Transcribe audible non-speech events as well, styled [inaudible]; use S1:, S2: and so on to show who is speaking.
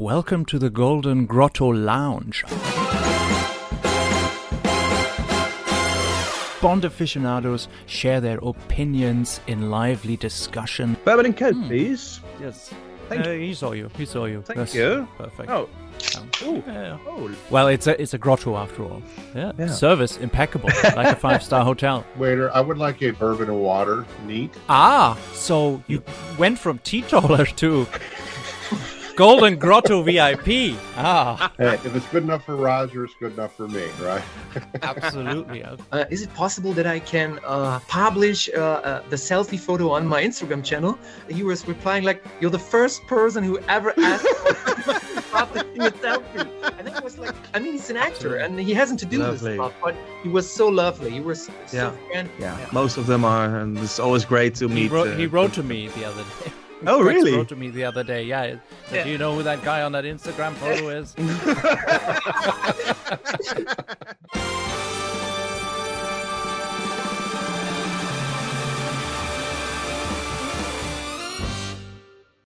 S1: Welcome to the Golden Grotto Lounge. Bond aficionados share their opinions in lively discussion.
S2: Bourbon and Coke, please.
S1: Yes.
S2: Thank
S1: Uh, he saw you. He saw you.
S2: Thank
S1: That's
S2: you.
S1: Perfect.
S2: Oh.
S1: Um,
S2: Ooh.
S1: yeah.
S2: Oh,
S1: Well, it's a it's a grotto after all. Yeah.
S2: Yeah.
S1: Service
S2: [laughs]
S1: impeccable, like a five star hotel.
S3: Waiter, I would like a bourbon and water, neat.
S1: Ah, so you went from teetotaler
S3: [laughs]
S1: to Golden Grotto VIP. Ah,
S3: Hey, if it's good enough for Roger, it's good enough for me, right?
S1: absolutely.
S2: [laughs]
S4: Uh, is it possible that I can uh, publish uh, uh, the selfie photo on my Instagram channel? He was replying like, "You're the first person who ever asked about taking a selfie," and I was like, "I mean, he's an actor, and he hasn't to do
S2: Lovely.
S4: this stuff, but he was so lovely. He was so
S2: Yeah.
S4: friendly."
S2: yeah. Most of them are, and it's always great to
S1: He
S2: meet.
S1: wrote,
S2: uh,
S1: he wrote to me the other day. [laughs]
S2: Oh,
S1: Rex
S2: really?
S1: Wrote to me the other day. Yeah. he said,
S2: [laughs]
S1: Do you know who that guy on that Instagram photo is?